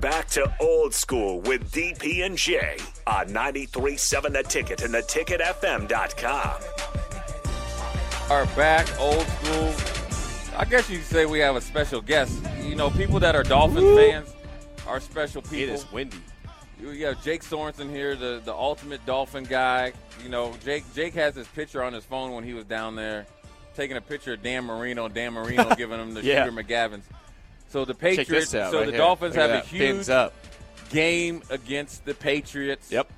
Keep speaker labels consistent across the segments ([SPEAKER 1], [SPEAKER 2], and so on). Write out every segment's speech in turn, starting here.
[SPEAKER 1] Back to old school with DP and J on 93.7 The Ticket and theticketfm.com.
[SPEAKER 2] are back, old school. I guess you could say we have a special guest. You know, people that are Dolphins fans are special people.
[SPEAKER 3] It is windy.
[SPEAKER 2] You- You have Jake Sorensen here, the, the ultimate Dolphin guy. You know, Jake Jake has his picture on his phone when he was down there taking a picture of Dan Marino. Dan Marino giving him the
[SPEAKER 3] Yeah.
[SPEAKER 2] shooter McGavins. So the
[SPEAKER 3] Check
[SPEAKER 2] Patriots,
[SPEAKER 3] this out.
[SPEAKER 2] so
[SPEAKER 3] right
[SPEAKER 2] the
[SPEAKER 3] here.
[SPEAKER 2] Dolphins
[SPEAKER 3] Look
[SPEAKER 2] have
[SPEAKER 3] at
[SPEAKER 2] a
[SPEAKER 3] that. Fins
[SPEAKER 2] huge
[SPEAKER 3] up.
[SPEAKER 2] game against the Patriots.
[SPEAKER 3] Yep.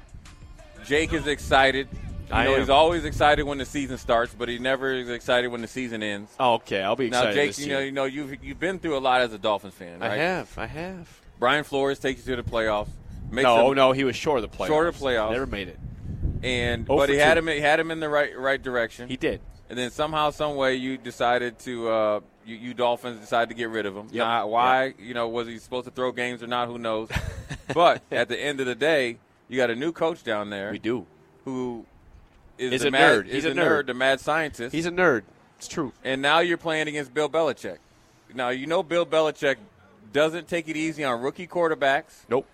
[SPEAKER 2] Jake is excited. You
[SPEAKER 3] I
[SPEAKER 2] know,
[SPEAKER 3] am.
[SPEAKER 2] he's always excited when the season starts, but he never is excited when the season ends.
[SPEAKER 3] Oh, okay, I'll be excited.
[SPEAKER 2] Now, Jake,
[SPEAKER 3] this
[SPEAKER 2] you
[SPEAKER 3] year.
[SPEAKER 2] know, you know, you've you've been through a lot as a Dolphins fan. Right?
[SPEAKER 3] I have. I have.
[SPEAKER 2] Brian Flores takes you to the playoffs. Makes
[SPEAKER 3] No,
[SPEAKER 2] him-
[SPEAKER 3] no, he was short of the playoffs.
[SPEAKER 2] Short of playoffs.
[SPEAKER 3] Never made it.
[SPEAKER 2] And
[SPEAKER 3] Oh,
[SPEAKER 2] but
[SPEAKER 3] for
[SPEAKER 2] he had
[SPEAKER 3] two.
[SPEAKER 2] him. He had him in the right right direction.
[SPEAKER 3] He did.
[SPEAKER 2] And then somehow, some way, you decided to uh, you, you Dolphins decided to get rid of him. Now, why? You know, was he supposed to throw games or not? Who knows? but at the end of the day, you got a new coach down there.
[SPEAKER 3] We do.
[SPEAKER 2] Who is
[SPEAKER 3] He's
[SPEAKER 2] the
[SPEAKER 3] a
[SPEAKER 2] mad,
[SPEAKER 3] nerd.
[SPEAKER 2] Is
[SPEAKER 3] He's
[SPEAKER 2] the
[SPEAKER 3] a nerd.
[SPEAKER 2] the mad scientist.
[SPEAKER 3] He's a nerd. It's true.
[SPEAKER 2] and now you're playing against Bill Belichick. Now you know Bill Belichick doesn't take it easy on rookie quarterbacks
[SPEAKER 3] Nope.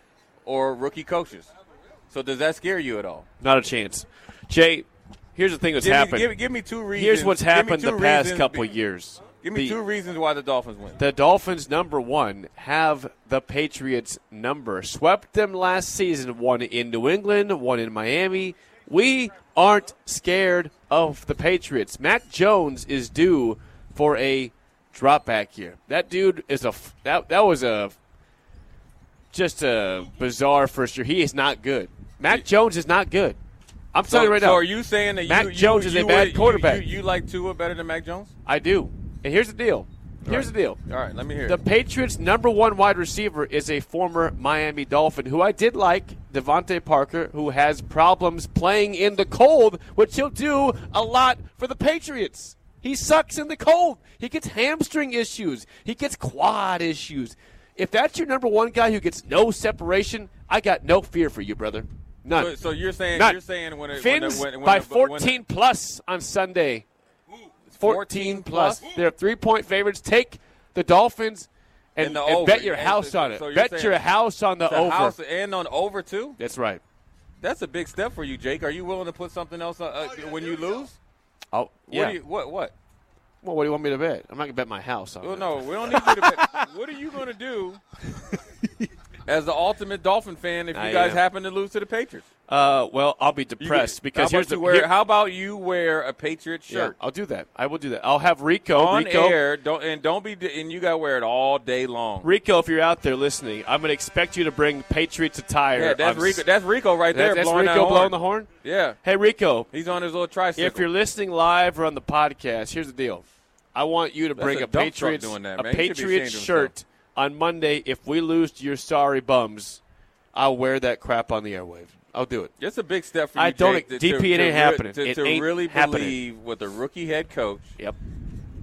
[SPEAKER 2] or rookie coaches. So does that scare you at all?
[SPEAKER 3] Not a chance. Jay, here's the thing that's
[SPEAKER 2] Give me,
[SPEAKER 3] happened.
[SPEAKER 2] give, give me two reasons.
[SPEAKER 3] here's what's
[SPEAKER 2] give me
[SPEAKER 3] happened
[SPEAKER 2] two
[SPEAKER 3] the past
[SPEAKER 2] reasons-
[SPEAKER 3] couple years.
[SPEAKER 2] Give me
[SPEAKER 3] The-
[SPEAKER 2] two reasons why the Dolphins win.
[SPEAKER 3] The Dolphins, number one, have the Patriots' number. Swept them last season, one in New England, one in Miami. We aren't scared of the Patriots. Mac Jones is due for a drop back here. That dude is a f- that that was a just a bizarre first year. He is not good. Mac Jones is not good. I'm
[SPEAKER 2] so,
[SPEAKER 3] telling you right
[SPEAKER 2] so
[SPEAKER 3] now.
[SPEAKER 2] are you saying that
[SPEAKER 3] Mac
[SPEAKER 2] you, you-
[SPEAKER 3] Jones is
[SPEAKER 2] you
[SPEAKER 3] a bad
[SPEAKER 2] would- you-
[SPEAKER 3] quarterback.
[SPEAKER 2] You, you like Tua better than Mac Jones?
[SPEAKER 3] I do. And here's the deal. Here's the deal.
[SPEAKER 2] All right, let me hear.
[SPEAKER 3] The
[SPEAKER 2] it.
[SPEAKER 3] Patriots' number one wide receiver is a former Miami Dolphin who I did like, Devontae Parker, who has problems playing in the cold, which he'll do a lot for the Patriots. He sucks in the cold. He gets hamstring issues. He gets quad issues. If that's your number one guy who gets no separation, I got no fear for you, brother. None.
[SPEAKER 2] So, so you're saying
[SPEAKER 3] None.
[SPEAKER 2] you're saying when it, when, the-
[SPEAKER 3] Fins
[SPEAKER 2] when, when
[SPEAKER 3] by
[SPEAKER 2] the- when the-
[SPEAKER 3] 14 plus on Sunday. 14 plus. They're three point favorites. Take the Dolphins and,
[SPEAKER 2] And the
[SPEAKER 3] and
[SPEAKER 2] over.
[SPEAKER 3] bet your
[SPEAKER 2] And
[SPEAKER 3] house
[SPEAKER 2] so-
[SPEAKER 3] on it.
[SPEAKER 2] so you're
[SPEAKER 3] bet
[SPEAKER 2] saying
[SPEAKER 3] your house on the,
[SPEAKER 2] the
[SPEAKER 3] over.
[SPEAKER 2] house and on over too.
[SPEAKER 3] That's right.
[SPEAKER 2] That's a big step for you, Jake. Are you willing to put something else on, uh, when you lose?
[SPEAKER 3] Oh, yeah.
[SPEAKER 2] What, do you, what? What?
[SPEAKER 3] well, what do you want me to bet? I'm not gonna bet my house on
[SPEAKER 2] Well,
[SPEAKER 3] it.
[SPEAKER 2] no, we don't need you to. bet. What are you going to do as the ultimate Dolphin fan if you
[SPEAKER 3] I
[SPEAKER 2] guys
[SPEAKER 3] am.
[SPEAKER 2] happen to lose to the Patriots?
[SPEAKER 3] Uh, well, I'll be
[SPEAKER 2] You
[SPEAKER 3] depressed
[SPEAKER 2] get-
[SPEAKER 3] because
[SPEAKER 2] how
[SPEAKER 3] here's
[SPEAKER 2] about
[SPEAKER 3] the
[SPEAKER 2] you wear,
[SPEAKER 3] here-
[SPEAKER 2] How about you wear a Patriot
[SPEAKER 3] yeah,
[SPEAKER 2] shirt
[SPEAKER 3] I'll do that. I will do that. I'll have Rico.
[SPEAKER 2] on
[SPEAKER 3] Rico,
[SPEAKER 2] air? Don't and don't be and you got to wear it all day long.
[SPEAKER 3] Rico, if you're out there listening, I'm gonna expect you to bring Patriots attire.
[SPEAKER 2] yeah, that's
[SPEAKER 3] on-
[SPEAKER 2] Rico. That's Rico right there
[SPEAKER 3] that's, that's
[SPEAKER 2] blowing
[SPEAKER 3] Rico
[SPEAKER 2] that horn.
[SPEAKER 3] blowing the horn.
[SPEAKER 2] Yeah,
[SPEAKER 3] Hey, Rico,
[SPEAKER 2] he's on his little tricycle.
[SPEAKER 3] If you're listening live or on the podcast, here's the deal. I want you to
[SPEAKER 2] That's
[SPEAKER 3] bring
[SPEAKER 2] a
[SPEAKER 3] a,
[SPEAKER 2] dump truck
[SPEAKER 3] Patriots
[SPEAKER 2] doing that,
[SPEAKER 3] a
[SPEAKER 2] man. He should be
[SPEAKER 3] Patriots
[SPEAKER 2] ashamed of
[SPEAKER 3] shirt on Monday. If we lose to your sorry bums, I'll wear that crap on the airwave. I'll do it.
[SPEAKER 2] it's a big step for you.
[SPEAKER 3] I
[SPEAKER 2] Jake,
[SPEAKER 3] don't-
[SPEAKER 2] to-
[SPEAKER 3] DP,
[SPEAKER 2] to-
[SPEAKER 3] it
[SPEAKER 2] to
[SPEAKER 3] ain't
[SPEAKER 2] re-
[SPEAKER 3] happening.
[SPEAKER 2] To,
[SPEAKER 3] It
[SPEAKER 2] to
[SPEAKER 3] ain't
[SPEAKER 2] really
[SPEAKER 3] happening.
[SPEAKER 2] believe with a rookie head coach
[SPEAKER 3] Yep.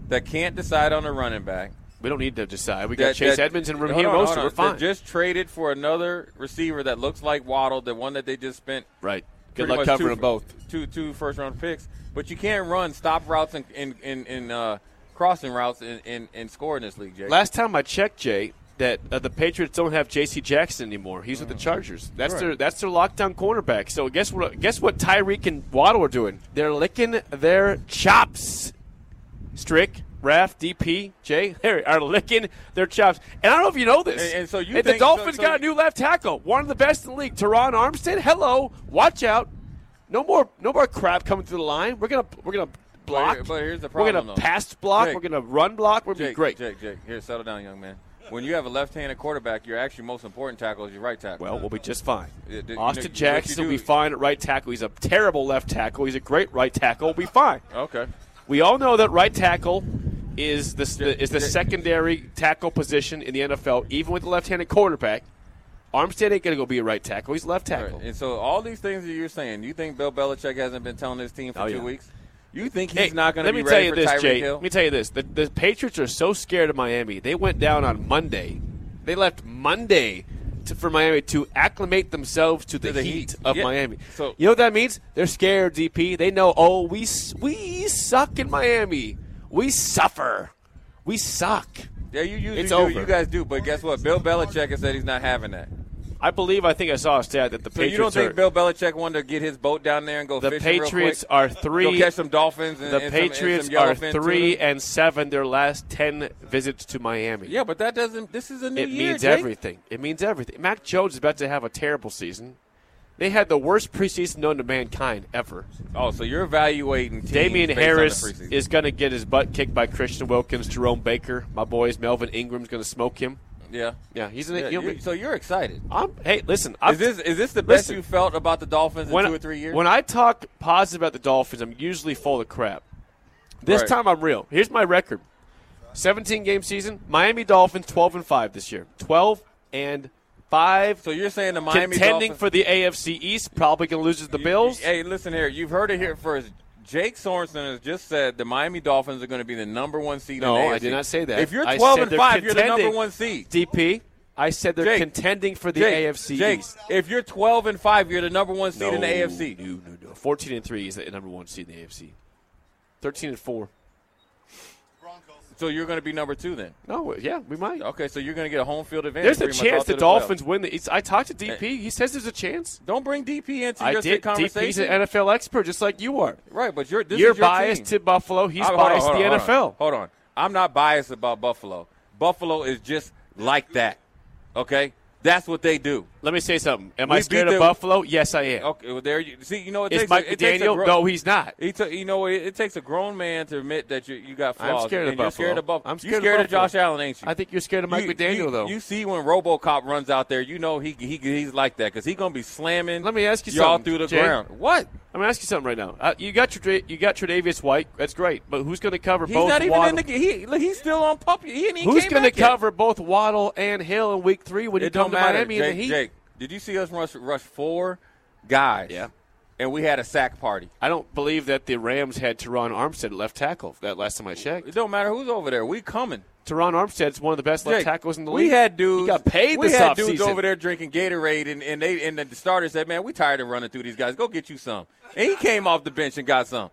[SPEAKER 2] that can't decide on a running back.
[SPEAKER 3] We don't need to decide. We got
[SPEAKER 2] that-
[SPEAKER 3] Chase
[SPEAKER 2] that-
[SPEAKER 3] Edmonds and
[SPEAKER 2] hold
[SPEAKER 3] Raheem
[SPEAKER 2] on, hold
[SPEAKER 3] Mostert.
[SPEAKER 2] on.
[SPEAKER 3] We're
[SPEAKER 2] That
[SPEAKER 3] fine.
[SPEAKER 2] Just traded for another receiver that looks like Waddle, the one that they just spent.
[SPEAKER 3] right. Good
[SPEAKER 2] pretty
[SPEAKER 3] luck
[SPEAKER 2] much
[SPEAKER 3] covering
[SPEAKER 2] two,
[SPEAKER 3] them both.
[SPEAKER 2] Two two first round picks, but you can't run stop routes and in in, in uh, crossing routes and, and, and score in this league, Jake.
[SPEAKER 3] Last time I checked, Jay, that uh, the Patriots don't have J.C. Jackson anymore. He's
[SPEAKER 2] Mm.
[SPEAKER 3] with the Chargers. That's their that's their lockdown cornerback. So guess what? Guess what? Tyreek and Waddle are doing. They're licking their chops. Strick, Raf, DP, Jay, Harry are licking their chops. And I don't know if you know this.
[SPEAKER 2] And- and so you
[SPEAKER 3] the
[SPEAKER 2] think- so-
[SPEAKER 3] Dolphins
[SPEAKER 2] so-
[SPEAKER 3] got a new left tackle, one of the best in the league, Teron Armstead. Hello, watch out! No more, no more crap coming through the line. We're gonna, we're gonna block.
[SPEAKER 2] here- but here's the
[SPEAKER 3] We're gonna
[SPEAKER 2] problem, though.
[SPEAKER 3] pass block.
[SPEAKER 2] Jake.
[SPEAKER 3] we're gonna run block. We're gonna
[SPEAKER 2] Jake,
[SPEAKER 3] be great.
[SPEAKER 2] Jake, Jake, here, settle down, young man. When you have a left-handed quarterback, your actually most important tackle is your right tackle.
[SPEAKER 3] Well, we'll be just fine.
[SPEAKER 2] Yeah, d- you know,
[SPEAKER 3] Austin
[SPEAKER 2] what you
[SPEAKER 3] Jackson will be
[SPEAKER 2] do-
[SPEAKER 3] fine at right tackle. He's a terrible left tackle. He's a great right tackle. We'll be fine.
[SPEAKER 2] okay.
[SPEAKER 3] We all know that right tackle is the, the is the
[SPEAKER 2] J- J-
[SPEAKER 3] secondary tackle position in the NFL, even with the left-handed quarterback. Armstead ain't gonna go be a right tackle. He's left
[SPEAKER 2] All
[SPEAKER 3] tackle.
[SPEAKER 2] right. And so all these things that you're saying, you think Bill Belichick hasn't been telling his team for
[SPEAKER 3] Oh,
[SPEAKER 2] two
[SPEAKER 3] yeah.
[SPEAKER 2] weeks? You think
[SPEAKER 3] Hey,
[SPEAKER 2] he's not going to
[SPEAKER 3] let
[SPEAKER 2] be
[SPEAKER 3] me tell
[SPEAKER 2] ready
[SPEAKER 3] you
[SPEAKER 2] for
[SPEAKER 3] this,
[SPEAKER 2] Tyreek
[SPEAKER 3] Jay.
[SPEAKER 2] Hill?
[SPEAKER 3] Let me tell you this: the, the Patriots are so scared of Miami. They went down on Monday. They left Monday to, for Miami to acclimate themselves to the,
[SPEAKER 2] the
[SPEAKER 3] heat,
[SPEAKER 2] heat.
[SPEAKER 3] of
[SPEAKER 2] Yeah.
[SPEAKER 3] Miami.
[SPEAKER 2] So-
[SPEAKER 3] you know what that means? They're scared. DP. They know. Oh, we s- we suck in Miami. We suffer. We suck.
[SPEAKER 2] yeah, you usually
[SPEAKER 3] It's
[SPEAKER 2] do.
[SPEAKER 3] over.
[SPEAKER 2] You guys do, but guess what? Bill Belichick has said he's not having that.
[SPEAKER 3] I believe. I think I saw a stat that the
[SPEAKER 2] So
[SPEAKER 3] Patriots
[SPEAKER 2] you don't think
[SPEAKER 3] are,
[SPEAKER 2] Bill Belichick wanted to get his boat down there and go
[SPEAKER 3] the
[SPEAKER 2] fishing
[SPEAKER 3] Patriots
[SPEAKER 2] real quick?
[SPEAKER 3] are three.
[SPEAKER 2] Go catch some dolphins. And,
[SPEAKER 3] the
[SPEAKER 2] and some- and some
[SPEAKER 3] Patriots are
[SPEAKER 2] yellowfin
[SPEAKER 3] three
[SPEAKER 2] tuna?
[SPEAKER 3] and seven. Their last ten visits to Miami.
[SPEAKER 2] Yeah, but that doesn't. This is a new
[SPEAKER 3] It
[SPEAKER 2] year.
[SPEAKER 3] means
[SPEAKER 2] Jake.
[SPEAKER 3] everything. It means everything. Mac Jones is about to have a terrible season. They had the worst preseason known to mankind ever.
[SPEAKER 2] Oh, so you're evaluating. teams
[SPEAKER 3] Damian
[SPEAKER 2] based on the
[SPEAKER 3] Harris
[SPEAKER 2] preseason.
[SPEAKER 3] is going to get his butt kicked by Christian Wilkins, Jerome Baker, my boys. Melvin Ingram's going to smoke him.
[SPEAKER 2] Yeah.
[SPEAKER 3] Yeah, he's
[SPEAKER 2] Yeah,
[SPEAKER 3] in yeah,
[SPEAKER 2] you- so you're excited.
[SPEAKER 3] I'm, Hey, listen. I'm,
[SPEAKER 2] Is this is this the best
[SPEAKER 3] Listen.
[SPEAKER 2] you felt about the Dolphins in two or three years?
[SPEAKER 3] When I talk positive about the Dolphins, I'm usually full of crap. This
[SPEAKER 2] Right.
[SPEAKER 3] time I'm real. Here's my record: 17 game season. Miami Dolphins 12 and five this year. 12 and five.
[SPEAKER 2] so you're saying the Miami
[SPEAKER 3] contending
[SPEAKER 2] Dolphins,
[SPEAKER 3] for the AFC East, probably going to lose to the Bills.
[SPEAKER 2] Hey, listen here. You've heard it here first. Jake Sorensen has just said the Miami Dolphins are going to be the number one seed.
[SPEAKER 3] No,
[SPEAKER 2] in the
[SPEAKER 3] I
[SPEAKER 2] AFC.
[SPEAKER 3] did not say that.
[SPEAKER 2] If you're
[SPEAKER 3] I
[SPEAKER 2] 12
[SPEAKER 3] said
[SPEAKER 2] and
[SPEAKER 3] they're
[SPEAKER 2] five, you're the number
[SPEAKER 3] contending.
[SPEAKER 2] one seed.
[SPEAKER 3] DP, I said they're
[SPEAKER 2] Jake,
[SPEAKER 3] contending for the
[SPEAKER 2] Jake,
[SPEAKER 3] AFC
[SPEAKER 2] Jake,
[SPEAKER 3] East.
[SPEAKER 2] if you're 12 and five, you're the number one seed
[SPEAKER 3] No,
[SPEAKER 2] in the AFC.
[SPEAKER 3] No, no, no. 14 and three is the number one seed in the AFC. 13 and four.
[SPEAKER 2] So you're going to be number two then.
[SPEAKER 3] No, yeah, we might.
[SPEAKER 2] Okay, so you're going to get a home field advantage.
[SPEAKER 3] There's a
[SPEAKER 2] pretty much all
[SPEAKER 3] chance the
[SPEAKER 2] through playoffs.
[SPEAKER 3] Dolphins win the East. I talked to DP. He says there's a chance.
[SPEAKER 2] Don't bring DP into
[SPEAKER 3] I
[SPEAKER 2] your
[SPEAKER 3] did. DP's
[SPEAKER 2] conversation.
[SPEAKER 3] an NFL expert, just like you are.
[SPEAKER 2] right, but you're this
[SPEAKER 3] You're
[SPEAKER 2] is your
[SPEAKER 3] biased
[SPEAKER 2] team.
[SPEAKER 3] to Buffalo. He's
[SPEAKER 2] I- hold on,
[SPEAKER 3] biased
[SPEAKER 2] hold
[SPEAKER 3] to the
[SPEAKER 2] on, hold
[SPEAKER 3] NFL.
[SPEAKER 2] on. Hold on. I'm not biased about Buffalo. Buffalo is just like that. Okay? That's what they do.
[SPEAKER 3] Let me say something. Am
[SPEAKER 2] We
[SPEAKER 3] I
[SPEAKER 2] beat
[SPEAKER 3] scared of
[SPEAKER 2] them-
[SPEAKER 3] Buffalo? Yes, I am.
[SPEAKER 2] Okay, well there you see, you know it
[SPEAKER 3] Is
[SPEAKER 2] takes
[SPEAKER 3] Mike
[SPEAKER 2] a, it takes a
[SPEAKER 3] McDaniel?
[SPEAKER 2] gro-
[SPEAKER 3] no, he's not.
[SPEAKER 2] He took, you know, it, it takes a grown man to admit that you you got
[SPEAKER 3] I'm
[SPEAKER 2] flaws.
[SPEAKER 3] scared of
[SPEAKER 2] and you're
[SPEAKER 3] Buffalo.
[SPEAKER 2] Scared of Buffalo.
[SPEAKER 3] I'm
[SPEAKER 2] you
[SPEAKER 3] scared of
[SPEAKER 2] scared
[SPEAKER 3] Buffalo.
[SPEAKER 2] Josh Allen, ain't you?
[SPEAKER 3] I think you're scared of Mike
[SPEAKER 2] you,
[SPEAKER 3] McDaniel,
[SPEAKER 2] you-
[SPEAKER 3] though.
[SPEAKER 2] You see when RoboCop runs out there, you know he, he he's like that because he's gonna be slamming.
[SPEAKER 3] Let me ask you
[SPEAKER 2] y'all
[SPEAKER 3] something,
[SPEAKER 2] through the
[SPEAKER 3] Jay.
[SPEAKER 2] ground. What?
[SPEAKER 3] I'm gonna ask you something right now. Uh, you got your you got Tre'Davious White. That's great, but who's gonna cover
[SPEAKER 2] He's
[SPEAKER 3] both?
[SPEAKER 2] not even
[SPEAKER 3] Waddle?
[SPEAKER 2] in the game. He, look, he's still on pup. He ain't even
[SPEAKER 3] Who's
[SPEAKER 2] came
[SPEAKER 3] gonna
[SPEAKER 2] back yet.
[SPEAKER 3] cover both Waddle and Hill in Week Three when you
[SPEAKER 2] It don't
[SPEAKER 3] come to
[SPEAKER 2] matter.
[SPEAKER 3] Miami
[SPEAKER 2] Jake,
[SPEAKER 3] in the Heat?
[SPEAKER 2] Jake, did you see us rush rush four guys?
[SPEAKER 3] Yeah.
[SPEAKER 2] And we had a sack party.
[SPEAKER 3] I don't believe that the Rams had Teron Armstead at left tackle. That last time I checked,
[SPEAKER 2] It don't matter who's over there. We coming.
[SPEAKER 3] Teron Armstead's one of the best
[SPEAKER 2] Jake,
[SPEAKER 3] left tackles in the
[SPEAKER 2] We
[SPEAKER 3] league.
[SPEAKER 2] had dudes.
[SPEAKER 3] He got paid
[SPEAKER 2] We
[SPEAKER 3] this
[SPEAKER 2] had
[SPEAKER 3] offseason.
[SPEAKER 2] dudes over there drinking Gatorade, and, and they and the starter said, "Man, we tired of running through these guys. Go get you some." And he came off the bench and got some.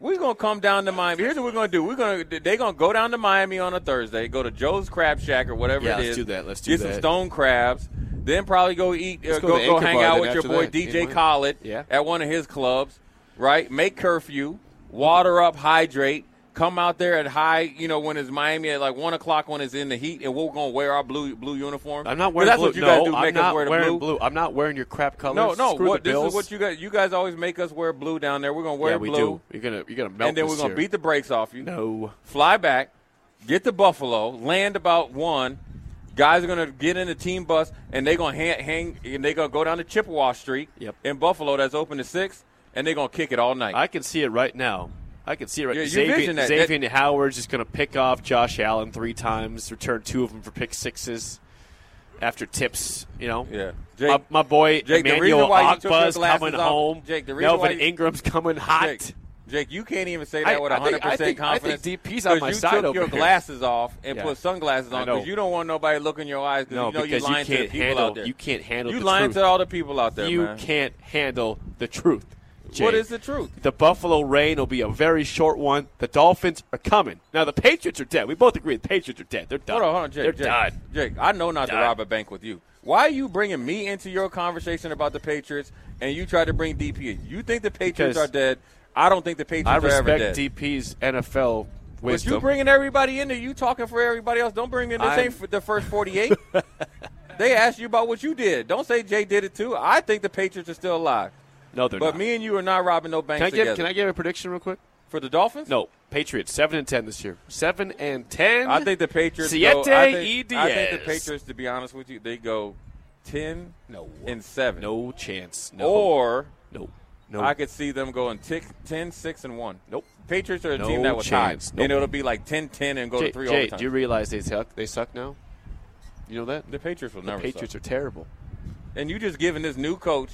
[SPEAKER 2] We're gonna come down to Miami. Here's what we're gonna do. We're gonna they're gonna go down to Miami on a Thursday. Go to Joe's Crab Shack or whatever
[SPEAKER 3] Yeah,
[SPEAKER 2] it
[SPEAKER 3] let's
[SPEAKER 2] is.
[SPEAKER 3] do that. Let's do
[SPEAKER 2] get
[SPEAKER 3] that.
[SPEAKER 2] some stone crabs. Then probably go eat. Uh,
[SPEAKER 3] Let's go
[SPEAKER 2] go
[SPEAKER 3] to
[SPEAKER 2] go
[SPEAKER 3] Anchor
[SPEAKER 2] hang
[SPEAKER 3] Bar
[SPEAKER 2] out
[SPEAKER 3] then
[SPEAKER 2] with your
[SPEAKER 3] after
[SPEAKER 2] boy
[SPEAKER 3] that. In
[SPEAKER 2] DJ
[SPEAKER 3] Miami.
[SPEAKER 2] Khaled
[SPEAKER 3] Yeah.
[SPEAKER 2] at one of his clubs. Right, make curfew, water up, hydrate. Come out there at high, you know, when it's Miami at like one o'clock when it's in the heat, and we're gonna wear our blue blue uniform.
[SPEAKER 3] I'm not
[SPEAKER 2] 'Cause
[SPEAKER 3] wearing
[SPEAKER 2] that's
[SPEAKER 3] blue.
[SPEAKER 2] what you
[SPEAKER 3] no,
[SPEAKER 2] guys do.
[SPEAKER 3] I'm
[SPEAKER 2] Make
[SPEAKER 3] not
[SPEAKER 2] us wear the
[SPEAKER 3] wearing
[SPEAKER 2] blue.
[SPEAKER 3] I'm not wearing your crap colors.
[SPEAKER 2] No, no.
[SPEAKER 3] Screw
[SPEAKER 2] What,
[SPEAKER 3] the
[SPEAKER 2] this
[SPEAKER 3] Bills.
[SPEAKER 2] is what you guys. You guys always make us wear blue down there. We're gonna wear
[SPEAKER 3] yeah, we
[SPEAKER 2] blue,
[SPEAKER 3] do. You're gonna you're gonna melt.
[SPEAKER 2] and then we're
[SPEAKER 3] this
[SPEAKER 2] gonna
[SPEAKER 3] year.
[SPEAKER 2] beat the brakes off you
[SPEAKER 3] No.
[SPEAKER 2] fly back, get to Buffalo, land about one. Guys are gonna get in the team bus and they're gonna hang, hang and they're gonna go down to Chippewa Street
[SPEAKER 3] Yep.
[SPEAKER 2] in Buffalo that's open to six, and they're gonna kick it all night.
[SPEAKER 3] I can see it right now. I can see it right
[SPEAKER 2] Yeah,
[SPEAKER 3] now.
[SPEAKER 2] you
[SPEAKER 3] Xavier,
[SPEAKER 2] vision that.
[SPEAKER 3] Xavier Howard's just going to pick off Josh Allen three times, return two of them for pick sixes after tips, you know?
[SPEAKER 2] Yeah.
[SPEAKER 3] my,
[SPEAKER 2] Jake-
[SPEAKER 3] my boy
[SPEAKER 2] Jake, the
[SPEAKER 3] Emmanuel
[SPEAKER 2] reason why you took your
[SPEAKER 3] Ogba's
[SPEAKER 2] glasses
[SPEAKER 3] coming
[SPEAKER 2] off-
[SPEAKER 3] home.
[SPEAKER 2] Jake, the reason why
[SPEAKER 3] Melvin
[SPEAKER 2] you-
[SPEAKER 3] Ingram's coming hot.
[SPEAKER 2] Jake, Jake, you can't even say that
[SPEAKER 3] I-
[SPEAKER 2] with
[SPEAKER 3] I
[SPEAKER 2] 100
[SPEAKER 3] think- I
[SPEAKER 2] percent
[SPEAKER 3] think- I think
[SPEAKER 2] confidence.
[SPEAKER 3] DP's on
[SPEAKER 2] 'cause
[SPEAKER 3] my
[SPEAKER 2] you
[SPEAKER 3] side
[SPEAKER 2] took
[SPEAKER 3] over
[SPEAKER 2] your
[SPEAKER 3] here.
[SPEAKER 2] glasses off and
[SPEAKER 3] Yeah.
[SPEAKER 2] put sunglasses
[SPEAKER 3] I
[SPEAKER 2] on
[SPEAKER 3] know.
[SPEAKER 2] because you don't want nobody looking your eyes because
[SPEAKER 3] No,
[SPEAKER 2] you know
[SPEAKER 3] because
[SPEAKER 2] you're
[SPEAKER 3] you
[SPEAKER 2] lying to the
[SPEAKER 3] can't
[SPEAKER 2] people out
[SPEAKER 3] handle
[SPEAKER 2] there.
[SPEAKER 3] you can't handle
[SPEAKER 2] you
[SPEAKER 3] the
[SPEAKER 2] lying
[SPEAKER 3] truth.
[SPEAKER 2] to all the people out there.
[SPEAKER 3] You
[SPEAKER 2] man.
[SPEAKER 3] can't handle the truth. Jake.
[SPEAKER 2] What is the truth?
[SPEAKER 3] The Buffalo rain will be a very short one. The Dolphins are coming. Now the Patriots are dead. We both agree the Patriots are dead. They're done.
[SPEAKER 2] Hold on, hold on, Jake.
[SPEAKER 3] They're
[SPEAKER 2] Jake,
[SPEAKER 3] done.
[SPEAKER 2] Jake, I know not
[SPEAKER 3] Done.
[SPEAKER 2] to rob a bank with you. Why are you bringing me into your conversation about the Patriots and you try to bring DP in? You think the Patriots
[SPEAKER 3] Because-
[SPEAKER 2] are dead. I don't think the Patriots
[SPEAKER 3] I
[SPEAKER 2] are ever dead.
[SPEAKER 3] respect DP's NFL
[SPEAKER 2] But
[SPEAKER 3] wisdom.
[SPEAKER 2] you bringing everybody in there, you talking for everybody else. Don't bring in this
[SPEAKER 3] I'm-
[SPEAKER 2] ain't for the first forty eight. they asked you about what you did. Don't say Jay did it too. I think the Patriots are still alive.
[SPEAKER 3] no, they're
[SPEAKER 2] But
[SPEAKER 3] not.
[SPEAKER 2] me and you are not robbing no banks
[SPEAKER 3] can I
[SPEAKER 2] together.
[SPEAKER 3] give Can I give a prediction real quick?
[SPEAKER 2] for the Dolphins?
[SPEAKER 3] No, Patriots seven and ten this year. Seven and ten.
[SPEAKER 2] I think the Patriots.
[SPEAKER 3] Siete
[SPEAKER 2] go, I, think,
[SPEAKER 3] y
[SPEAKER 2] I think the
[SPEAKER 3] diez.
[SPEAKER 2] Patriots, to be honest with you, they go ten
[SPEAKER 3] No.
[SPEAKER 2] and seven.
[SPEAKER 3] no chance. No.
[SPEAKER 2] Or
[SPEAKER 3] no. No.
[SPEAKER 2] I could see them going tick, 10, 6, and one.
[SPEAKER 3] Nope.
[SPEAKER 2] Patriots are a
[SPEAKER 3] No
[SPEAKER 2] team that was
[SPEAKER 3] chance.
[SPEAKER 2] tied,
[SPEAKER 3] Nope.
[SPEAKER 2] and it'll be like 10-10 and go
[SPEAKER 3] Jay,
[SPEAKER 2] to three
[SPEAKER 3] Jay,
[SPEAKER 2] overtime.
[SPEAKER 3] do you realize they suck? They suck now. You know that
[SPEAKER 2] the Patriots will never.
[SPEAKER 3] Patriots
[SPEAKER 2] suck.
[SPEAKER 3] are terrible.
[SPEAKER 2] and you just giving this new coach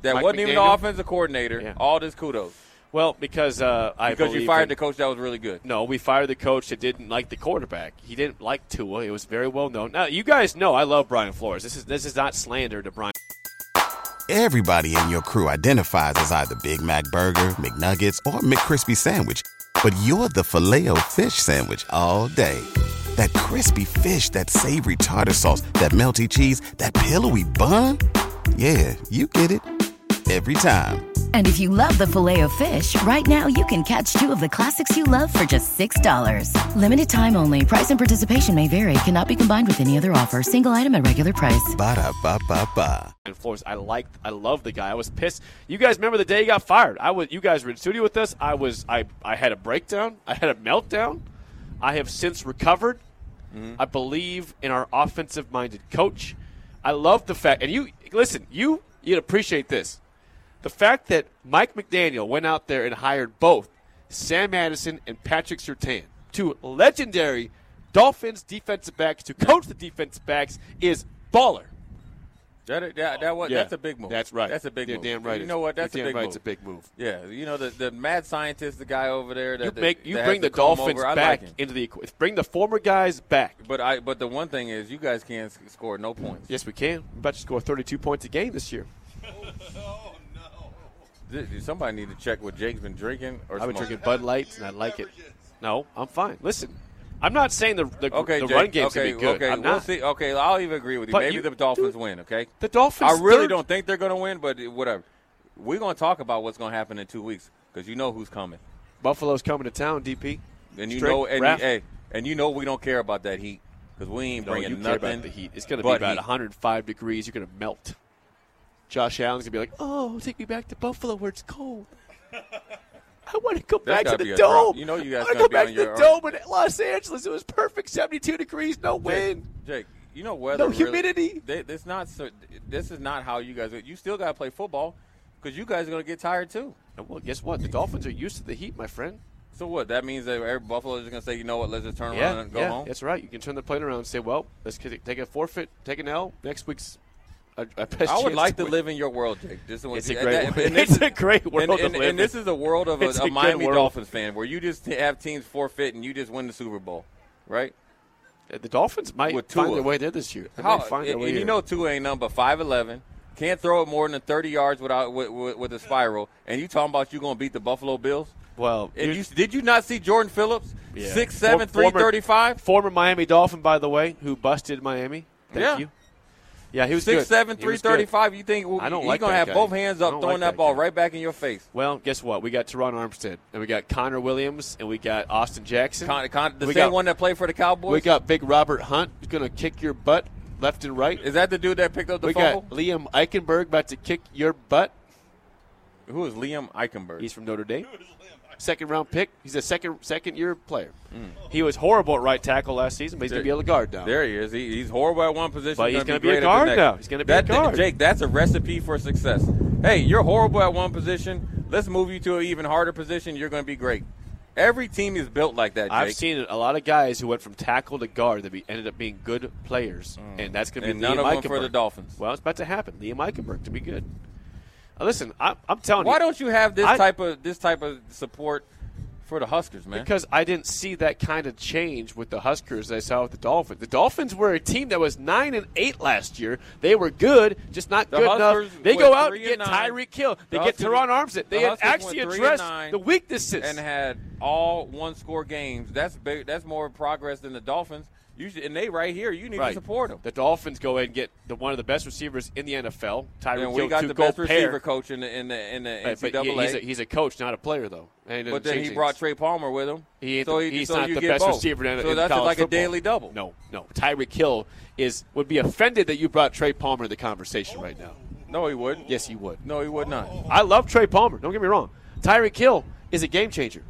[SPEAKER 2] that
[SPEAKER 3] Mike
[SPEAKER 2] wasn't even the
[SPEAKER 3] McDaniel?
[SPEAKER 2] offensive coordinator
[SPEAKER 3] Yeah.
[SPEAKER 2] all this kudos
[SPEAKER 3] Well, because uh, I
[SPEAKER 2] because
[SPEAKER 3] believe
[SPEAKER 2] you fired
[SPEAKER 3] in-
[SPEAKER 2] the coach that was really good.
[SPEAKER 3] No, we fired the coach that didn't like the quarterback. He didn't like Tua. It was very well known. Now you guys know I love Brian Flores. This is this is not slander to Brian.
[SPEAKER 4] Everybody in your crew identifies as either Big Mac Burger, McNuggets, or McCrispy Sandwich. But you're the filet fish Sandwich all day. That crispy fish, that savory tartar sauce, that melty cheese, that pillowy bun. Yeah, you get it. Every time.
[SPEAKER 5] And if you love the filet of fish, right now you can catch two of the classics you love for just $6. Limited time only. Price and participation may vary. Cannot be combined with any other offer. Single item at regular price.
[SPEAKER 4] Ba-da-ba-ba-ba.
[SPEAKER 3] Flores. I liked. I love the guy. I was pissed. You guys remember the day he got fired? I was. You guys were in studio with us. I was. I. I had a breakdown. I had a meltdown. I have since recovered. I believe in our offensive-minded coach. I love the fact. And you listen. You you'd appreciate this. The fact that Mike McDaniel went out there and hired both Sam Madison and Patrick Sertan, two legendary Dolphins defensive backs to coach the defensive backs, is baller.
[SPEAKER 2] That, that, that was,
[SPEAKER 3] Yeah.
[SPEAKER 2] that's a big move.
[SPEAKER 3] That's right.
[SPEAKER 2] That's a big
[SPEAKER 3] You're
[SPEAKER 2] move.
[SPEAKER 3] damn right
[SPEAKER 2] You
[SPEAKER 3] it's-
[SPEAKER 2] know what?
[SPEAKER 3] you're
[SPEAKER 2] That's a
[SPEAKER 3] damn
[SPEAKER 2] big
[SPEAKER 3] right
[SPEAKER 2] move.
[SPEAKER 3] it's a big move.
[SPEAKER 2] Yeah. You know the, the mad scientist, the guy over there. That
[SPEAKER 3] You
[SPEAKER 2] that-
[SPEAKER 3] make you
[SPEAKER 2] that has
[SPEAKER 3] bring the,
[SPEAKER 2] comb
[SPEAKER 3] Dolphins
[SPEAKER 2] over. I Like
[SPEAKER 3] back
[SPEAKER 2] him.
[SPEAKER 3] into the equ- bring the former guys back.
[SPEAKER 2] but I but the one thing is you guys can't s- score no points.
[SPEAKER 3] Yes, we can. We're about to score 32 points a game this year.
[SPEAKER 2] Th- Somebody need to check what Jake's been drinking or
[SPEAKER 3] I've been
[SPEAKER 2] smoking.
[SPEAKER 3] drinking Bud Lights and I like it. No, I'm fine. Listen, I'm not saying the the,
[SPEAKER 2] Okay,
[SPEAKER 3] the
[SPEAKER 2] Jake,
[SPEAKER 3] run game's
[SPEAKER 2] okay,
[SPEAKER 3] gonna be good.
[SPEAKER 2] Okay,
[SPEAKER 3] I'm
[SPEAKER 2] we'll
[SPEAKER 3] not.
[SPEAKER 2] see. Okay, I'll even agree with you.
[SPEAKER 3] But
[SPEAKER 2] Maybe
[SPEAKER 3] you-
[SPEAKER 2] the Dolphins
[SPEAKER 3] dude,
[SPEAKER 2] win. Okay,
[SPEAKER 3] the Dolphins
[SPEAKER 2] I really
[SPEAKER 3] third-
[SPEAKER 2] don't think they're going to win, but it- whatever. We're going to talk about what's going to happen in two weeks because you know who's coming,
[SPEAKER 3] Buffalo's coming to town, DP.
[SPEAKER 2] and you
[SPEAKER 3] Straight
[SPEAKER 2] know, and you,
[SPEAKER 3] Raf-
[SPEAKER 2] hey, and you know we don't care about that heat because we ain't
[SPEAKER 3] No,
[SPEAKER 2] bringing
[SPEAKER 3] you care
[SPEAKER 2] nothing.
[SPEAKER 3] about the heat. It's going to be
[SPEAKER 2] but
[SPEAKER 3] about
[SPEAKER 2] heat.
[SPEAKER 3] 105 degrees. You're going to melt. Josh Allen's going to be like, "Oh, take me back to Buffalo where it's cold. I want to go
[SPEAKER 2] That's
[SPEAKER 3] back
[SPEAKER 2] gotta
[SPEAKER 3] to
[SPEAKER 2] be
[SPEAKER 3] the
[SPEAKER 2] a drop.
[SPEAKER 3] dome.
[SPEAKER 2] You know you guys
[SPEAKER 3] I want to
[SPEAKER 2] gotta
[SPEAKER 3] go
[SPEAKER 2] be on
[SPEAKER 3] back to the
[SPEAKER 2] your-
[SPEAKER 3] dome in Los Angeles. It was perfect, 72 degrees, no
[SPEAKER 2] Jake,
[SPEAKER 3] wind.
[SPEAKER 2] Jake, you know weather.
[SPEAKER 3] No
[SPEAKER 2] really-
[SPEAKER 3] humidity.
[SPEAKER 2] they, this not. so- This is not how you guys. You still got to play football because you guys are going to get tired too.
[SPEAKER 3] And well, guess what? The Dolphins are used to the heat, my friend.
[SPEAKER 2] So what? That means that every Buffalo is going to say, you know what? Let's just turn around
[SPEAKER 3] Yeah,
[SPEAKER 2] and go
[SPEAKER 3] yeah,
[SPEAKER 2] home.
[SPEAKER 3] that's right. You can turn the plane around and say, "Well, let's get- take a forfeit, take an L. Next week's our, our best."
[SPEAKER 2] I would
[SPEAKER 3] chance
[SPEAKER 2] like to
[SPEAKER 3] win."
[SPEAKER 2] live in your world, Jake. This is what-
[SPEAKER 3] It's a
[SPEAKER 2] and
[SPEAKER 3] great
[SPEAKER 2] that-
[SPEAKER 3] world.
[SPEAKER 2] and this
[SPEAKER 3] It's
[SPEAKER 2] is-
[SPEAKER 3] a great
[SPEAKER 2] and-
[SPEAKER 3] world to
[SPEAKER 2] and,
[SPEAKER 3] live
[SPEAKER 2] and this
[SPEAKER 3] in.
[SPEAKER 2] is the world of a,
[SPEAKER 3] It's
[SPEAKER 2] a
[SPEAKER 3] a good
[SPEAKER 2] Miami
[SPEAKER 3] world.
[SPEAKER 2] Dolphins fan, where you just have teams forfeit and you just win the Super Bowl, right?
[SPEAKER 3] The Dolphins might
[SPEAKER 2] With
[SPEAKER 3] find
[SPEAKER 2] Tua.
[SPEAKER 3] their way there this year. They
[SPEAKER 2] How-
[SPEAKER 3] might find
[SPEAKER 2] and
[SPEAKER 3] their way
[SPEAKER 2] and you
[SPEAKER 3] here.
[SPEAKER 2] know, two ain't number five eleven. Can't throw it more than thirty yards without with, with, with a spiral. And you talking about you going to beat the Buffalo Bills?
[SPEAKER 3] Well,
[SPEAKER 2] And
[SPEAKER 3] you're-
[SPEAKER 2] you, did you not see Jordan Phillips
[SPEAKER 3] Yeah.
[SPEAKER 2] six seven
[SPEAKER 3] For-
[SPEAKER 2] three
[SPEAKER 3] former-
[SPEAKER 2] thirty five?
[SPEAKER 3] Former Miami Dolphin, by the way, who busted Miami. Thank
[SPEAKER 2] Yeah.
[SPEAKER 3] you. Yeah, he was
[SPEAKER 2] Six
[SPEAKER 3] good.
[SPEAKER 2] seven
[SPEAKER 3] He
[SPEAKER 2] three
[SPEAKER 3] was good.
[SPEAKER 2] thirty five. You think
[SPEAKER 3] I don't
[SPEAKER 2] you're
[SPEAKER 3] like
[SPEAKER 2] going to
[SPEAKER 3] that
[SPEAKER 2] have
[SPEAKER 3] guy.
[SPEAKER 2] both hands
[SPEAKER 3] I
[SPEAKER 2] up
[SPEAKER 3] don't
[SPEAKER 2] throwing
[SPEAKER 3] like
[SPEAKER 2] that
[SPEAKER 3] that
[SPEAKER 2] ball
[SPEAKER 3] guy.
[SPEAKER 2] right back in your face?
[SPEAKER 3] Well, guess what? We got Teron Armstead, and we got Connor Williams, and we got Austin Jackson.
[SPEAKER 2] Con, con, the
[SPEAKER 3] we
[SPEAKER 2] same
[SPEAKER 3] got,
[SPEAKER 2] one that played for the Cowboys.
[SPEAKER 3] We got big Robert Hunt, who's going to kick your butt left and right.
[SPEAKER 2] Is that the dude that picked up the
[SPEAKER 3] we
[SPEAKER 2] fumble?
[SPEAKER 3] got Liam Eichenberg about to kick your butt.
[SPEAKER 2] Who is Liam Eichenberg?
[SPEAKER 3] He's from Notre Dame. Second round pick. He's a second second year player. He was horrible at right tackle last season, but he's going to be able to guard now.
[SPEAKER 2] there he is. He, he's horrible at one position.
[SPEAKER 3] But he's
[SPEAKER 2] gonna
[SPEAKER 3] gonna be a
[SPEAKER 2] great at the
[SPEAKER 3] guard
[SPEAKER 2] next.
[SPEAKER 3] now. He's gonna be a
[SPEAKER 2] That- that-
[SPEAKER 3] guard.
[SPEAKER 2] Jake, that's a recipe for success. Hey, you're horrible at one position. Let's move you to an even harder position. You're going to be great. Every team is built like that, Jake.
[SPEAKER 3] I've seen a lot of guys who went from tackle to guard that be, ended up being good players, and that's going to be
[SPEAKER 2] Mm. And none
[SPEAKER 3] Liam
[SPEAKER 2] of them for
[SPEAKER 3] Eichenberg.
[SPEAKER 2] the Dolphins.
[SPEAKER 3] Well, it's about to happen. Liam Eichenberg to be good. Now, listen, I, I'm telling
[SPEAKER 2] Why
[SPEAKER 3] you,
[SPEAKER 2] don't you have this
[SPEAKER 3] I-
[SPEAKER 2] type of this type of support for the Huskers, man?
[SPEAKER 3] because I didn't see that kind of change with the Huskers. I saw with the Dolphins. The Dolphins were a team that was nine and eight last year. They were good, just not
[SPEAKER 2] The
[SPEAKER 3] good
[SPEAKER 2] Huskers
[SPEAKER 3] enough. They
[SPEAKER 2] went
[SPEAKER 3] go out
[SPEAKER 2] three
[SPEAKER 3] and get
[SPEAKER 2] and nine.
[SPEAKER 3] Tyreek Hill. They
[SPEAKER 2] The
[SPEAKER 3] get
[SPEAKER 2] Huskers-
[SPEAKER 3] Teron Armstead.
[SPEAKER 2] the
[SPEAKER 3] They had
[SPEAKER 2] Huskers went
[SPEAKER 3] actually
[SPEAKER 2] three and
[SPEAKER 3] addressed
[SPEAKER 2] nine
[SPEAKER 3] the weaknesses.
[SPEAKER 2] and had all one score games. That's big, that's more progress than the Dolphins. You should, and they right here. You need
[SPEAKER 3] Right.
[SPEAKER 2] to support them.
[SPEAKER 3] The Dolphins go in and get the, one of the best receivers in the NFL, Tyreek
[SPEAKER 2] And
[SPEAKER 3] Hill,
[SPEAKER 2] we got
[SPEAKER 3] two
[SPEAKER 2] the best
[SPEAKER 3] goal
[SPEAKER 2] receiver
[SPEAKER 3] pair.
[SPEAKER 2] coach in the in the in the
[SPEAKER 3] Right, but
[SPEAKER 2] NCAA.
[SPEAKER 3] he- he's, a, he's a coach, not a player, though. And it
[SPEAKER 2] but
[SPEAKER 3] doesn't
[SPEAKER 2] then
[SPEAKER 3] change
[SPEAKER 2] he brought
[SPEAKER 3] things.
[SPEAKER 2] Trey Palmer with him.
[SPEAKER 3] He ain't
[SPEAKER 2] so
[SPEAKER 3] the,
[SPEAKER 2] you-
[SPEAKER 3] he's
[SPEAKER 2] so
[SPEAKER 3] not
[SPEAKER 2] you
[SPEAKER 3] the
[SPEAKER 2] get
[SPEAKER 3] best
[SPEAKER 2] both.
[SPEAKER 3] receiver in,
[SPEAKER 2] So
[SPEAKER 3] in
[SPEAKER 2] that's
[SPEAKER 3] college
[SPEAKER 2] like
[SPEAKER 3] football.
[SPEAKER 2] a daily double.
[SPEAKER 3] No, no. Tyreek Hill is would be offended that you brought Trey Palmer to the conversation right now.
[SPEAKER 2] no, he would.
[SPEAKER 3] Yes, he would.
[SPEAKER 2] No, he would not.
[SPEAKER 3] I love Trey Palmer. Don't get me wrong. Tyreek Hill is a game changer.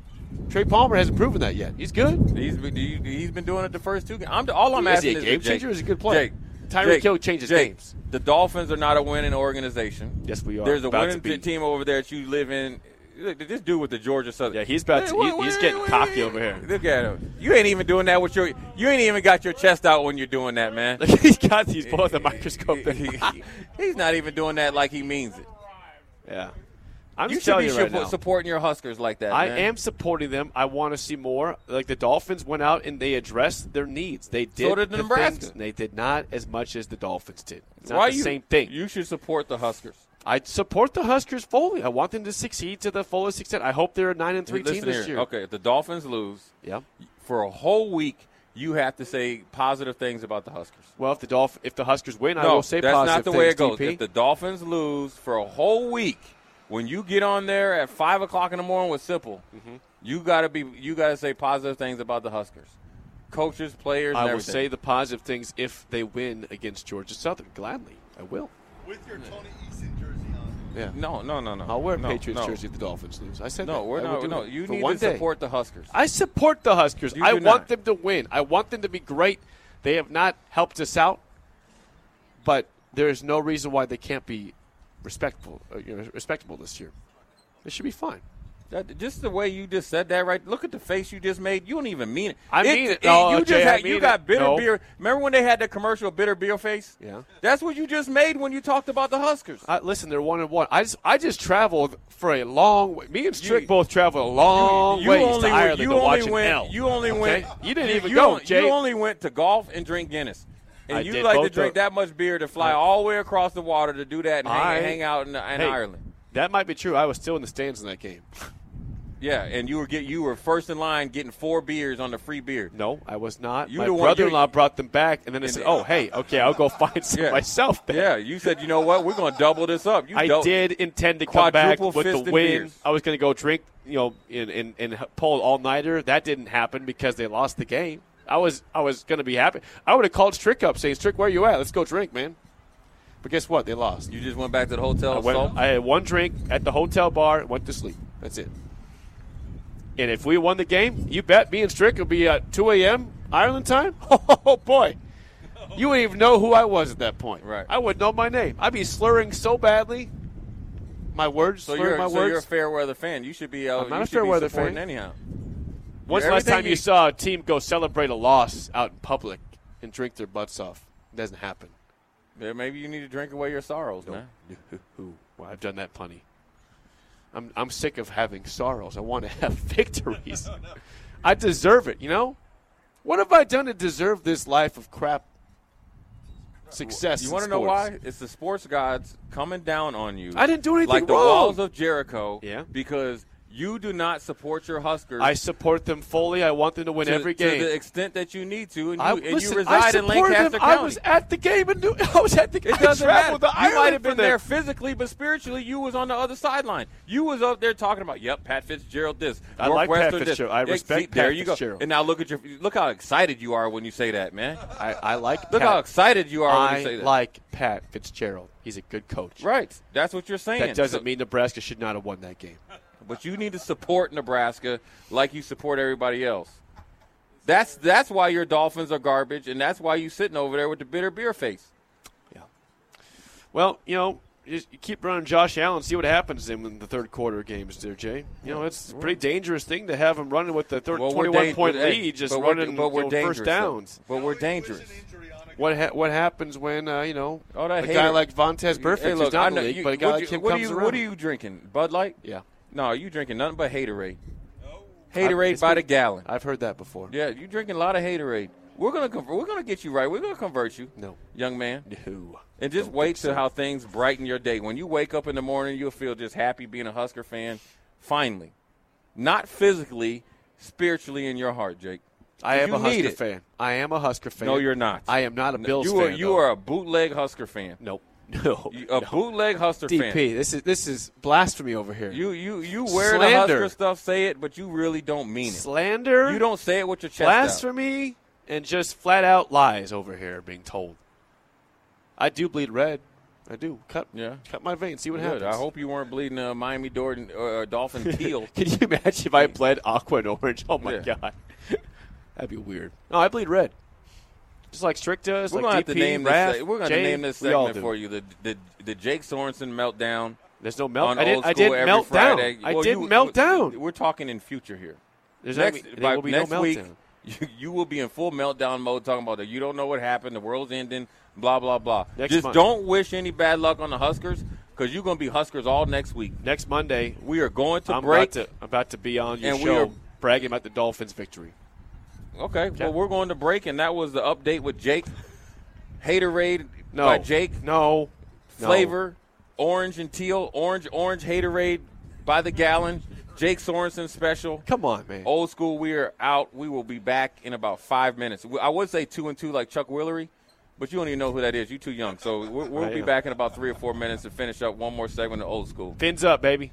[SPEAKER 3] Trey Palmer hasn't proven that yet. He's good.
[SPEAKER 2] He's been, he- he's been doing it the first two games. I'm, all I'm
[SPEAKER 3] Is he
[SPEAKER 2] asking
[SPEAKER 3] a
[SPEAKER 2] is
[SPEAKER 3] game
[SPEAKER 2] that Jake-
[SPEAKER 3] changer or is he a good player?
[SPEAKER 2] Jake,
[SPEAKER 3] Tyreek
[SPEAKER 2] Jake,
[SPEAKER 3] Hill changes
[SPEAKER 2] Jake,
[SPEAKER 3] games.
[SPEAKER 2] The Dolphins are not a winning organization.
[SPEAKER 3] Yes, we are.
[SPEAKER 2] There's a
[SPEAKER 3] About to
[SPEAKER 2] winning
[SPEAKER 3] be.
[SPEAKER 2] team over there that you live in. Look, This dude with the Georgia Southern.
[SPEAKER 3] Yeah, he's about to-
[SPEAKER 2] Wait,
[SPEAKER 3] he's-
[SPEAKER 2] wait,
[SPEAKER 3] he's
[SPEAKER 2] wait,
[SPEAKER 3] getting
[SPEAKER 2] wait,
[SPEAKER 3] cocky
[SPEAKER 2] wait.
[SPEAKER 3] over here.
[SPEAKER 2] Look at him. You ain't even doing that with your. You ain't even got your chest out when you're doing that, man.
[SPEAKER 3] he's got these both the microscope.
[SPEAKER 2] He- he- he's not even doing that like he means it.
[SPEAKER 3] yeah. I'm
[SPEAKER 2] You
[SPEAKER 3] just
[SPEAKER 2] should
[SPEAKER 3] telling
[SPEAKER 2] be
[SPEAKER 3] you right
[SPEAKER 2] suppo-
[SPEAKER 3] now.
[SPEAKER 2] supporting your Huskers like that.
[SPEAKER 3] I
[SPEAKER 2] man.
[SPEAKER 3] am supporting them. I want to see more. Like the Dolphins went out and they addressed their needs. They did.
[SPEAKER 2] did
[SPEAKER 3] the
[SPEAKER 2] Nebraska.
[SPEAKER 3] things- they did not as much as the Dolphins did. It's
[SPEAKER 2] Why
[SPEAKER 3] not the
[SPEAKER 2] you-
[SPEAKER 3] same thing.
[SPEAKER 2] You should support the Huskers.
[SPEAKER 3] I support the Huskers fully. I want them to succeed to the fullest extent. I hope they're a nine and three
[SPEAKER 2] Listen
[SPEAKER 3] team this
[SPEAKER 2] here.
[SPEAKER 3] year.
[SPEAKER 2] Okay, if the Dolphins lose,
[SPEAKER 3] Yeah.
[SPEAKER 2] for a whole week, you have to say positive things about the Huskers.
[SPEAKER 3] Well, if the Dolph- if the Huskers win, I
[SPEAKER 2] no,
[SPEAKER 3] will say
[SPEAKER 2] that's
[SPEAKER 3] positive
[SPEAKER 2] not the way it
[SPEAKER 3] things,
[SPEAKER 2] goes.
[SPEAKER 3] DP.
[SPEAKER 2] If the Dolphins lose for a whole week, when you get on there at five o'clock in the morning with Simple,
[SPEAKER 3] Mm-hmm.
[SPEAKER 2] you gotta be you gotta say positive things about the Huskers, coaches, players.
[SPEAKER 3] I
[SPEAKER 2] and
[SPEAKER 3] will
[SPEAKER 2] everything.
[SPEAKER 3] say the positive things if they win against Georgia Southern. Gladly, I will.
[SPEAKER 6] With your Tony Eason jersey on.
[SPEAKER 3] Yeah.
[SPEAKER 2] no, no, no, no.
[SPEAKER 3] I'll wear a
[SPEAKER 2] no,
[SPEAKER 3] Patriots
[SPEAKER 2] no.
[SPEAKER 3] jersey if the Dolphins lose. I said
[SPEAKER 2] No,
[SPEAKER 3] that.
[SPEAKER 2] we're
[SPEAKER 3] I will
[SPEAKER 2] not.
[SPEAKER 3] do
[SPEAKER 2] No,
[SPEAKER 3] that
[SPEAKER 2] you
[SPEAKER 3] for
[SPEAKER 2] need
[SPEAKER 3] one
[SPEAKER 2] to
[SPEAKER 3] day.
[SPEAKER 2] support the Huskers.
[SPEAKER 3] I support the Huskers.
[SPEAKER 2] You
[SPEAKER 3] I
[SPEAKER 2] do
[SPEAKER 3] want
[SPEAKER 2] not.
[SPEAKER 3] them to win. I want them to be great. They have not helped us out, but there is no reason why they can't be respectful. Uh, you know, respectable this year. They should be fine.
[SPEAKER 2] That, just the way you just said that, right? Look at the face you just made. You don't even mean it.
[SPEAKER 3] I mean it. No,
[SPEAKER 2] you
[SPEAKER 3] Jay,
[SPEAKER 2] just
[SPEAKER 3] I
[SPEAKER 2] had,
[SPEAKER 3] mean
[SPEAKER 2] you
[SPEAKER 3] it.
[SPEAKER 2] got bitter
[SPEAKER 3] No.
[SPEAKER 2] beer. Remember when they had that commercial, bitter beer face?
[SPEAKER 3] Yeah.
[SPEAKER 2] that's what you just made when you talked about the Huskers.
[SPEAKER 3] I, listen, they're one and one. I just I just traveled for a long. way. Me and Strick
[SPEAKER 2] You-
[SPEAKER 3] both traveled a long
[SPEAKER 2] you
[SPEAKER 3] ways
[SPEAKER 2] only
[SPEAKER 3] to
[SPEAKER 2] went-
[SPEAKER 3] Ireland
[SPEAKER 2] you
[SPEAKER 3] to
[SPEAKER 2] only
[SPEAKER 3] watch an
[SPEAKER 2] went,
[SPEAKER 3] L.
[SPEAKER 2] You only
[SPEAKER 3] okay?
[SPEAKER 2] went.
[SPEAKER 3] You didn't even
[SPEAKER 2] you
[SPEAKER 3] go,
[SPEAKER 2] only-
[SPEAKER 3] Jay.
[SPEAKER 2] You only went to golf and drink Guinness. And
[SPEAKER 3] I
[SPEAKER 2] you
[SPEAKER 3] did
[SPEAKER 2] like to
[SPEAKER 3] both
[SPEAKER 2] drink
[SPEAKER 3] those.
[SPEAKER 2] that much beer to fly all the way across the water to do that and hang,
[SPEAKER 3] I-
[SPEAKER 2] hang out in, in
[SPEAKER 3] Hey,
[SPEAKER 2] Ireland.
[SPEAKER 3] That might be true. I was still in the stands in that game.
[SPEAKER 2] Yeah, and you were get you were first in line getting four beers on the free beer.
[SPEAKER 3] No, I was not.
[SPEAKER 2] You
[SPEAKER 3] My
[SPEAKER 2] the one-
[SPEAKER 3] brother-in-law
[SPEAKER 2] you-
[SPEAKER 3] brought them back, and then I
[SPEAKER 2] And
[SPEAKER 3] said,
[SPEAKER 2] they-
[SPEAKER 3] "Oh, hey, okay, I'll go find some
[SPEAKER 2] Yeah.
[SPEAKER 3] myself." Then.
[SPEAKER 2] Yeah, you said you know what we're going to double this up. You
[SPEAKER 3] I
[SPEAKER 2] dou-
[SPEAKER 3] did intend to come back
[SPEAKER 2] Quadruple
[SPEAKER 3] with the
[SPEAKER 2] fisted
[SPEAKER 3] win.
[SPEAKER 2] beers.
[SPEAKER 3] I was going to go drink, you know, and and, and h- pull all nighter. That didn't happen because they lost the game. I was I was going to be happy. I would have called Strick up saying, "Strick, where you at? Let's go drink, man." But guess what? They lost.
[SPEAKER 2] You just went back to the hotel.
[SPEAKER 3] I,
[SPEAKER 2] so-
[SPEAKER 3] went, I had one drink at the hotel bar, went to sleep. That's it. And if we won the game, you bet me and Strick will be at 2 a.m. Ireland time. Oh, boy. You wouldn't even know who I was at that point.
[SPEAKER 2] Right.
[SPEAKER 3] I wouldn't know my name. I'd be slurring so badly. My words,
[SPEAKER 2] so
[SPEAKER 3] slurring
[SPEAKER 2] you're
[SPEAKER 3] my
[SPEAKER 2] so
[SPEAKER 3] words.
[SPEAKER 2] you're a fair weather fan. You should be. Uh,
[SPEAKER 3] I'm not
[SPEAKER 2] you
[SPEAKER 3] a
[SPEAKER 2] should be
[SPEAKER 3] fair-weather
[SPEAKER 2] supporting
[SPEAKER 3] fan.
[SPEAKER 2] anyhow.
[SPEAKER 3] When's the last
[SPEAKER 2] everything
[SPEAKER 3] time you
[SPEAKER 2] you-
[SPEAKER 3] saw a team go celebrate a loss out in public and drink their butts off? It doesn't happen.
[SPEAKER 2] Yeah, maybe you need to drink away your sorrows, man.
[SPEAKER 3] Well, I've done that plenty. I'm I'm sick of having sorrows. I want to have victories. I deserve it, you know? What have I done to deserve this life of crap success?
[SPEAKER 2] You
[SPEAKER 3] want
[SPEAKER 2] want to know why? It's the sports gods coming down on you.
[SPEAKER 3] I didn't do anything
[SPEAKER 2] like
[SPEAKER 3] wrong.
[SPEAKER 2] the walls of Jericho.
[SPEAKER 3] Yeah.
[SPEAKER 2] Because you do not support your Huskers.
[SPEAKER 3] I support them fully. I want them to win
[SPEAKER 2] to,
[SPEAKER 3] every
[SPEAKER 2] to
[SPEAKER 3] game.
[SPEAKER 2] the extent that you need to, and you,
[SPEAKER 3] I,
[SPEAKER 2] and
[SPEAKER 3] listen,
[SPEAKER 2] you reside
[SPEAKER 3] I
[SPEAKER 2] in Lancaster
[SPEAKER 3] supported them.
[SPEAKER 2] County.
[SPEAKER 3] I was at the game and knew, I was at the
[SPEAKER 2] it
[SPEAKER 3] I
[SPEAKER 2] doesn't matter.
[SPEAKER 3] traveled to
[SPEAKER 2] You might
[SPEAKER 3] Ireland
[SPEAKER 2] have
[SPEAKER 3] for
[SPEAKER 2] been there
[SPEAKER 3] that.
[SPEAKER 2] physically, but spiritually, you was on the other sideline. You was up there talking about, "Yep, Pat Fitzgerald this."
[SPEAKER 3] I like Pat
[SPEAKER 2] Northwestern this.
[SPEAKER 3] Fitzgerald. I
[SPEAKER 2] Yeah,
[SPEAKER 3] respect
[SPEAKER 2] see, there
[SPEAKER 3] Pat
[SPEAKER 2] you go.
[SPEAKER 3] Fitzgerald.
[SPEAKER 2] And now look at your look how excited you are when you say that, man.
[SPEAKER 3] I, I like
[SPEAKER 2] Look
[SPEAKER 3] Pat.
[SPEAKER 2] how excited you are when you
[SPEAKER 3] I
[SPEAKER 2] say that.
[SPEAKER 3] like Pat Fitzgerald. He's a good coach.
[SPEAKER 2] right. That's what you're saying.
[SPEAKER 3] That doesn't
[SPEAKER 2] So-
[SPEAKER 3] mean Nebraska should not have won that game.
[SPEAKER 2] But you need to support Nebraska like you support everybody else. That's that's why your Dolphins are garbage, and that's why you sitting over there with the bitter beer face.
[SPEAKER 3] Well, you know, just keep running Josh Allen, see what happens to him in the third quarter games there, Jay. You know, it's a pretty dangerous thing to have him running with the third
[SPEAKER 2] Well, we're
[SPEAKER 3] 21
[SPEAKER 2] dan-
[SPEAKER 3] point
[SPEAKER 2] but, hey,
[SPEAKER 3] lead, just
[SPEAKER 2] but we're-
[SPEAKER 3] running
[SPEAKER 2] but we're
[SPEAKER 3] you know, first
[SPEAKER 2] dangerous, though.
[SPEAKER 3] downs.
[SPEAKER 2] But we're dangerous.
[SPEAKER 6] An injury on a
[SPEAKER 3] What ha- what happens when, uh, you know,
[SPEAKER 2] Oh,
[SPEAKER 3] a
[SPEAKER 2] that
[SPEAKER 3] guy
[SPEAKER 2] hater.
[SPEAKER 3] like Vontez Perfect,
[SPEAKER 2] Hey,
[SPEAKER 3] who's
[SPEAKER 2] look,
[SPEAKER 3] not
[SPEAKER 2] I
[SPEAKER 3] in the
[SPEAKER 2] know
[SPEAKER 3] league,
[SPEAKER 2] you-
[SPEAKER 3] but a guy
[SPEAKER 2] what
[SPEAKER 3] like
[SPEAKER 2] you-
[SPEAKER 3] him
[SPEAKER 2] what
[SPEAKER 3] comes
[SPEAKER 2] are you,
[SPEAKER 3] around?
[SPEAKER 2] What are you drinking? Bud Light?
[SPEAKER 3] Yeah.
[SPEAKER 2] No, you drinking nothing but haterade.
[SPEAKER 3] I-
[SPEAKER 2] Haterade
[SPEAKER 3] it's
[SPEAKER 2] by
[SPEAKER 3] been-
[SPEAKER 2] the gallon.
[SPEAKER 3] I've heard that before.
[SPEAKER 2] yeah, you drinking a lot of haterade. We're gonna convert, we're gonna get you right. We're gonna convert you.
[SPEAKER 3] No.
[SPEAKER 2] young man.
[SPEAKER 3] No.
[SPEAKER 2] And just
[SPEAKER 3] Don't
[SPEAKER 2] wait
[SPEAKER 3] think
[SPEAKER 2] till
[SPEAKER 3] so.
[SPEAKER 2] how things brighten your day. When you wake up in the morning, you'll feel just happy being a Husker fan. Finally, not physically, spiritually in your heart, Jake.
[SPEAKER 3] I am
[SPEAKER 2] you
[SPEAKER 3] a
[SPEAKER 2] need
[SPEAKER 3] Husker
[SPEAKER 2] it.
[SPEAKER 3] fan. I am a Husker fan.
[SPEAKER 2] No, you're not.
[SPEAKER 3] I am not a
[SPEAKER 2] No,
[SPEAKER 3] Bills
[SPEAKER 2] you are,
[SPEAKER 3] fan.
[SPEAKER 2] You
[SPEAKER 3] though.
[SPEAKER 2] are a bootleg Husker fan.
[SPEAKER 3] Nope. No.
[SPEAKER 2] You- a
[SPEAKER 3] no.
[SPEAKER 2] bootleg Husker
[SPEAKER 3] DP.
[SPEAKER 2] fan.
[SPEAKER 3] This is this is blasphemy over here.
[SPEAKER 2] You you you wear
[SPEAKER 3] Slander.
[SPEAKER 2] the Husker stuff, say it, but you really don't mean it.
[SPEAKER 3] slander.
[SPEAKER 2] You don't say it with your chest out.
[SPEAKER 3] blasphemy and just flat out lies over here being told. I do bleed red. I do cut.
[SPEAKER 2] Yeah.
[SPEAKER 3] Cut my veins. See what
[SPEAKER 2] Good.
[SPEAKER 3] happens.
[SPEAKER 2] I hope you weren't bleeding a Miami Jordan or uh, Dolphin teal.
[SPEAKER 3] Can you imagine if I bled aqua and orange? Oh my
[SPEAKER 2] Yeah.
[SPEAKER 3] god, that'd be weird. No, I bleed red. Just like Strick does.
[SPEAKER 2] we're
[SPEAKER 3] like
[SPEAKER 2] gonna have
[SPEAKER 3] DP,
[SPEAKER 2] to name
[SPEAKER 3] Raph,
[SPEAKER 2] this. se- We're gonna
[SPEAKER 3] Jay,
[SPEAKER 2] name this
[SPEAKER 3] we all
[SPEAKER 2] segment
[SPEAKER 3] do.
[SPEAKER 2] for you. The the the Jake Sorensen meltdown
[SPEAKER 3] There's no melt.
[SPEAKER 2] on
[SPEAKER 3] I did,
[SPEAKER 2] old
[SPEAKER 3] I
[SPEAKER 2] school
[SPEAKER 3] did
[SPEAKER 2] every
[SPEAKER 3] melt
[SPEAKER 2] Friday.
[SPEAKER 3] down. I
[SPEAKER 2] Well,
[SPEAKER 3] did
[SPEAKER 2] you-
[SPEAKER 3] melt down.
[SPEAKER 2] We're talking in future here.
[SPEAKER 3] There's not
[SPEAKER 2] next
[SPEAKER 3] gonna be-
[SPEAKER 2] by
[SPEAKER 3] there will be
[SPEAKER 2] next
[SPEAKER 3] no
[SPEAKER 2] week,
[SPEAKER 3] meltdown.
[SPEAKER 2] you, you will be in full meltdown mode talking about that. You don't know what happened. The world's ending. Blah blah blah.
[SPEAKER 3] Next
[SPEAKER 2] Just
[SPEAKER 3] month.
[SPEAKER 2] don't wish any bad luck on the Huskers because you're gonna be Huskers all next week.
[SPEAKER 3] Next Monday,
[SPEAKER 2] We are going to
[SPEAKER 3] I'm
[SPEAKER 2] break.
[SPEAKER 3] about to I'm about to be on your
[SPEAKER 2] And we
[SPEAKER 3] show
[SPEAKER 2] are-
[SPEAKER 3] bragging about the Dolphins' victory.
[SPEAKER 2] Okay,
[SPEAKER 3] Yeah.
[SPEAKER 2] well, we're going to break, and that was the update with Jake. Haterade
[SPEAKER 3] No,
[SPEAKER 2] by Jake.
[SPEAKER 3] No No.
[SPEAKER 2] Flavor, orange and teal, orange, orange Haterade by the gallon. Jake Sorensen special.
[SPEAKER 3] Come on, man.
[SPEAKER 2] Old school, we are out. We will be back in about five minutes. We- I would say two and two like Chuck Willery, but you don't even know who that is. You're too young. So we're, we'll
[SPEAKER 3] I
[SPEAKER 2] be
[SPEAKER 3] am.
[SPEAKER 2] back in about three or four minutes to finish up one more segment of Old School.
[SPEAKER 3] Fins up, baby.